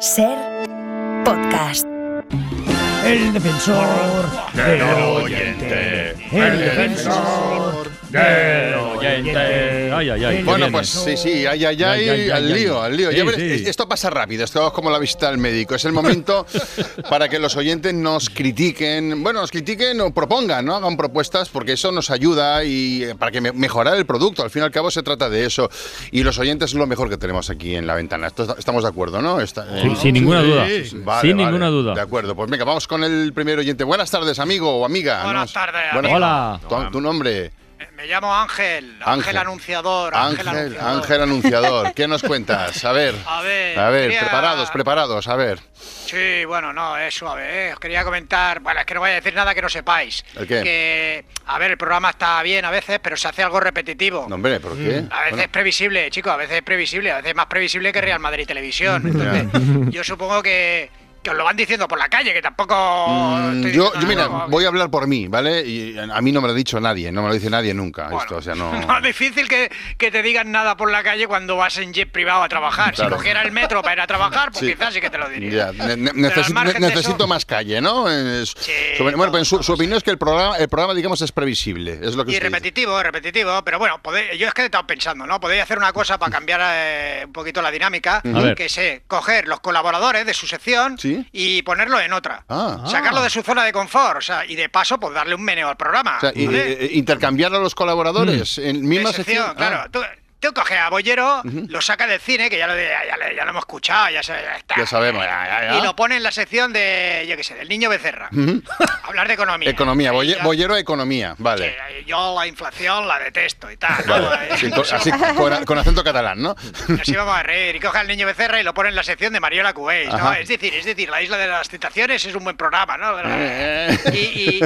Ser podcast. El defensor del oyente. El defensor del oyente. eh, Ay, ay, ay. El Bueno, Bueno, defensor pues sí, sí, ay, ay, ay, Ay, ay, ay, al ay. lío, al lío. Sí, Ya verás, sí. es- Esto pasa rápido, esto es como la visita al médico. Es el momento para que los oyentes nos critiquen, bueno, nos critiquen o propongan, ¿no? Hagan propuestas porque eso nos ayuda y eh, para que me- mejorar el producto. Al fin y al cabo se trata de eso. Y los oyentes es lo mejor que tenemos aquí en la ventana. Esto- Estamos de acuerdo, ¿no? Está- Sin, eh, sin ninguna duda. vale, sin vale. ninguna De duda. acuerdo, pues venga, vamos con el primer oyente. Buenas tardes, amigo o amiga. Buenas tardes, Buenas- amigo. Hola. Tu, tu nombre, Me- Eh, Me llamo Ángel, Ángel Ángel. Anunciador. Ángel, Ángel, Anunciador. Ángel Anunciador. ¿Qué nos cuentas? A ver. A ver, A ver, quería- preparados, preparados, a ver. Sí, bueno, no, es suave. ¿eh? Os quería comentar, bueno, es que no voy a decir nada que no sepáis. ¿El qué? Que, a ver, el programa está bien a veces, pero se hace algo repetitivo. No, hombre, ¿por qué? Mm. A veces es Bueno, previsible, chicos, a veces es previsible, a veces más previsible que Real Madrid Televisión. Entonces, yo supongo que, que os lo van diciendo por la calle, que tampoco. mm, estoy yo, diciendo yo, mira, nada nuevo. voy a hablar por mí, ¿vale? Y eh, a mí no me lo ha dicho nadie, no me lo dice nadie nunca. Bueno, esto, o sea, no. es difícil que, que te digan nada por la calle cuando vas en jet privado a trabajar. Claro. Si cogiera el metro para ir a trabajar, pues Sí. quizás sí que te lo Ya, diría. ne- ne- Pero al necesi- margen ne- de necesito eso- más calle, ¿no? Es- su- bueno, no, pues su, su no opinión es que el programa, el programa, digamos, es previsible. Es lo que usted Y dice. repetitivo, repetitivo, pero bueno, podéis- yo es que he estado pensando, ¿no? Podéis hacer una cosa para cambiar eh, un poquito la dinámica, ver. que sé, coger los colaboradores de su sección Sí. y ponerlo en otra. Ah. Sacarlo de su zona de confort, o sea, y de paso, pues darle un meneo al programa. O sea, y- ¿vale? Mm. eh, intercambiar a los colaboradores en de misma sección, sección. claro. Ah, Tú, tú coges a Bollero, lo saca del cine, que ya lo, ya, lo- ya lo hemos escuchado, ya, se- está. Ya ah. sabemos, ya, ya, ya. Y lo pone en la sección de, yo qué sé, del niño Becerra. Hablar de economía. economía, Ahí bolle- ya- bollero a economía, vale. Sí, eh, yo la inflación la detesto y tal. ¿no? Vale, Eh, sí, con- así con, con acento catalán, ¿no? Nos íbamos a reír y coge al niño Becerra y lo pone en la sección de Mariola Cubéis, ¿no? Ajá. Es decir, es decir, la isla de las tentaciones es un buen programa, ¿no? Eh. Y, y-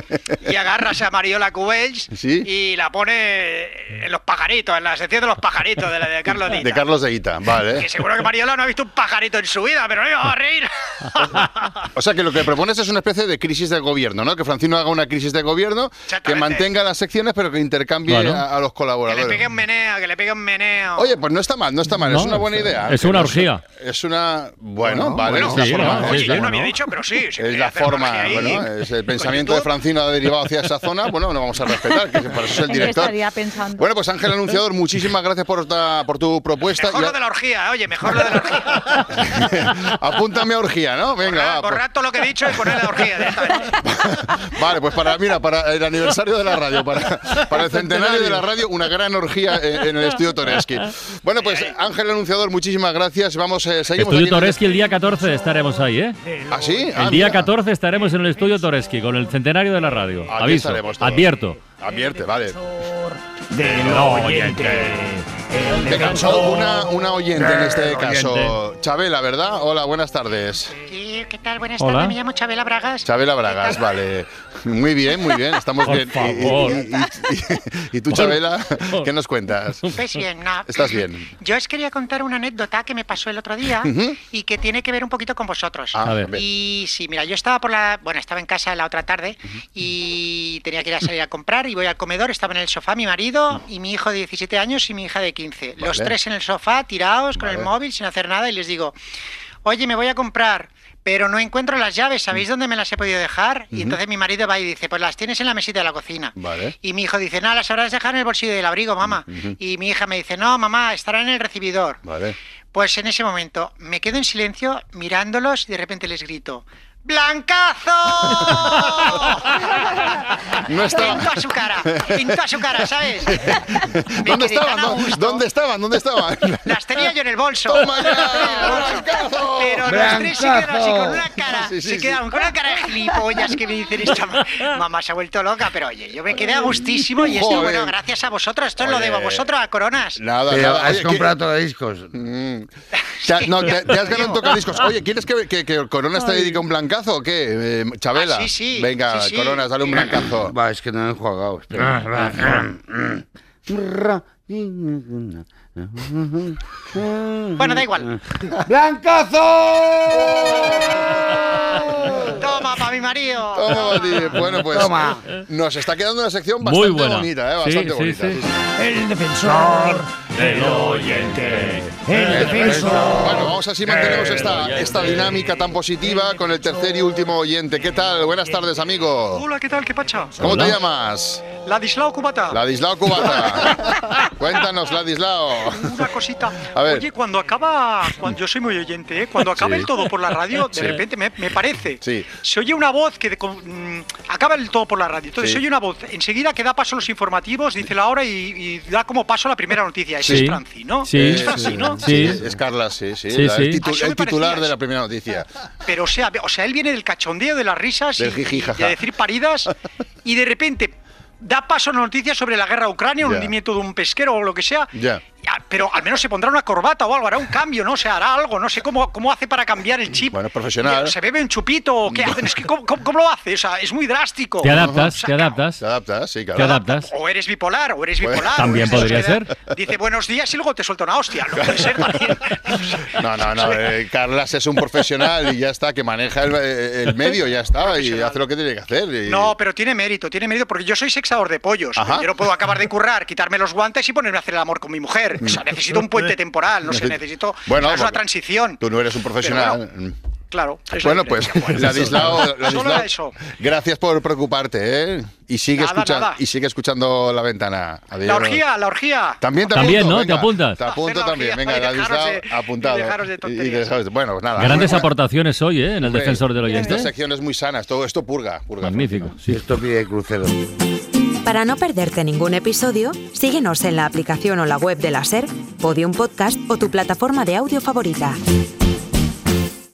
y agarras a Mariola Cubells Sí. y la pone en los pajaritos, en la sección de los pajaritos de la de Carlos Dita. De Carlos de Ita, vale. Que seguro que Mariola no ha visto un pajarito en su vida, pero no iba a reír. O sea que lo que propones es una especie de crisis de gobierno, ¿no? Que Francino haga una crisis de gobierno, que Exactamente. mantenga las secciones, pero que intercambie Claro. a, a los que le colaboradores. pegue un meneo, que le pegue un meneo. Oye, pues no está mal, no está mal, es No, una buena idea. es Ángel, una ¿no? orgía. Es una. Bueno, Bueno, vale, Bueno, es la sí, forma. ¿no? oye, sí, yo ¿cómo no había no? dicho, pero sí. se Es puede la hacer una forma, magia ahí. bueno, es el Con pensamiento de YouTube. Francino ha derivado hacia esa zona, bueno, no vamos a respetar, que para eso es el ¿En qué director. estaría pensando? Bueno, pues Ángel Anunciador, muchísimas gracias por, ta- por tu propuesta. Mejor Ya- lo de la orgía, oye, mejor lo de la orgía. Apúntame a orgía, ¿no? Venga, va, Borrar, pues- borrar todo lo que he dicho y poner la orgía. directamente. Vale, pues para, mira, para el aniversario de la radio, para, para el centenario de la radio, una gran orgía en, en el estudio Toreski. Bueno, pues Ángel Anunciador, muchísimas gracias. Vamos, eh, seguimos. Estudio aquí en el- Toreski el día 14 estaremos ahí, ¿eh? ¿Ah, sí? Ah, El día mira. 14 estaremos en el estudio Toreski con el centenario de la radio. Aquí Aviso. estaremos todos. Advierto. Advierte, vale. Del oyente. El Te cansó una, una oyente en este Oyente. caso. Chabela, ¿verdad? Hola, buenas tardes. Sí, ¿Qué tal? Buenas Hola. tardes, me llamo Chabela Bragas. Chabela Bragas, vale. Muy bien, muy bien, estamos Por bien. Y- favor. Y, y- y- y tú, Chabela, favor. ¿qué nos cuentas? Pues bien, no. Estás bien. Yo os quería contar una anécdota que me pasó el otro día y que tiene que ver un poquito con vosotros. Ah, A ver. Y sí, mira, yo estaba por la. Bueno, estaba en casa la otra tarde y tenía que ir a salir a comprar y voy al comedor. Estaba en el sofá mi marido y mi hijo de 17 años y mi hija de 15. Los Vale. tres en el sofá, tirados con Vale. el móvil sin hacer nada y les digo: Oye, me voy a comprar. Pero no encuentro las llaves, ¿sabéis dónde me las he podido dejar? Y entonces mi marido va y dice, pues las tienes en la mesita de la cocina. Vale. Y mi hijo dice, no, las habrás dejado en el bolsillo del abrigo, mamá. Y mi hija me dice, no, mamá, estará en el recibidor. Vale. Pues en ese momento me quedo en silencio mirándolos y de repente les grito, ¡Blancazo! No estaba. En toda su cara, en toda su cara, ¿sabes? Me ¿Dónde quedé tan estaban? a ¿Dó- gusto. ¿Dónde estaban? ¿Dónde estaban? Las tenía yo en el bolso. Toma ya, Las tenía en el bolso. blancazo. Pero los tres se quedaron así con una cara. Sí, sí, se sí. quedaron con una cara de gilipollas que me dicen esta ma- mamá se ha vuelto loca. Pero oye, yo me quedé a gustísimo y esto, Joder. bueno, gracias a vosotros. Esto lo Oye. debo a vosotros, a coronas. Nada, Pero nada. has Oye, comprado tocadiscos. Mm. Te ha- no, te, te has ganado un tocadiscos. Oye, ¿quieres que, que, que Coronas te dedique un blancazo o qué? Eh, Chabela. Ah, sí, sí. Venga, Sí, sí. Coronas, dale un blancazo. Va, es que no han jugado. Bueno, Bueno, da igual. ¡Blancazo! Toma, pa' mi marido. Toma, tío. Bueno, pues Toma. nos está quedando una sección Muy bastante buena. bonita, ¿eh? Sí, Bastante sí, bonita. sí. El defensor del oyente, el Bueno, defensor. vamos a ver si mantenemos del Eh, esta, oyente. esta dinámica tan positiva con el tercer y último oyente. ¿Qué tal? Buenas tardes, amigo. Hola, ¿qué tal? ¿Qué pacha? ¿Cómo Hola. te llamas? Ladislao Cubata. Ladislao Cubata. Cuéntanos, Ladislao. Una cosita. A ver. Oye, cuando acaba, cuando, yo soy muy oyente, ¿eh? cuando acaba Sí. el todo por la radio, de Sí. repente me, me parece, Sí. se oye una voz que de- con- mm, acaba el todo por la radio. Entonces Sí. se oye una voz enseguida que da paso a los informativos, dice la hora y, y da como paso a la primera noticia. Ese Sí. es Franci, ¿no? Sí. Es Franci, sí, ¿no? sí. Es Carla, Eh, sí, sí. Sí, la- el, sí. titu- Ah, eso me el titular parecía. de la primera noticia. Pero o sea, o sea, él viene del cachondeo, de las risas Del y, jiji, y jaja. de decir paridas y de repente da paso a una noticia sobre la guerra a Ucrania, un Ya. hundimiento de un pesquero o lo que sea. Ya. Y a- Pero al menos se pondrá una corbata o algo, hará un cambio, ¿no? Se hará algo, no sé cómo, cómo hace para cambiar el chip. Bueno, es profesional. ¿Se bebe un chupito o qué hacen? Es que, ¿cómo, cómo- cómo lo hace? O sea, es muy drástico. Te adaptas, O sea, te adaptas. ¿Te adaptas? Sí, claro. Te adaptas. O eres bipolar, o eres Bueno, bipolar. o también eres de los podría que da- Dice buenos días y luego te suelta una hostia. Lo puede ser también. No, no, no. eh, Carlas es un profesional y ya está, que maneja el, eh, el medio, ya está, y hace lo que tiene que hacer. y- No, pero tiene mérito, tiene mérito, porque yo soy sexador de pollos. Ajá. pero Yo no puedo acabar de currar, quitarme los guantes y ponerme a hacer el amor con mi mujer. O sea, necesito un puente temporal, no sé, necesito Bueno, es una porque transición. Tú no eres un profesional. Pero Claro. es la Bueno, pues, diferencia. Bueno, Ladislao, Solo Ladislao, era eso. gracias por preocuparte, ¿eh? Y sigue, Nada, escucha- nada. y sigue escuchando la ventana. Adiós. La orgía, la orgía. También, te También, apunto, ¿no? ¿Te venga. apuntas? Te apunto Hacer la también, orgía venga, y dejaros Ladislao, de- y apuntado. dejaros de Y- y tonterías. dejaros- bueno, pues nada. Grandes Bueno, aportaciones hoy, ¿eh? En el hombre, este defensor del oyente. Estas secciones muy sanas, todo esto purga, purga. Magnífico. sí. Esto pide crucero. Para no perderte ningún episodio, síguenos en la aplicación o la web de la SER, Podium Podcast o tu plataforma de audio favorita.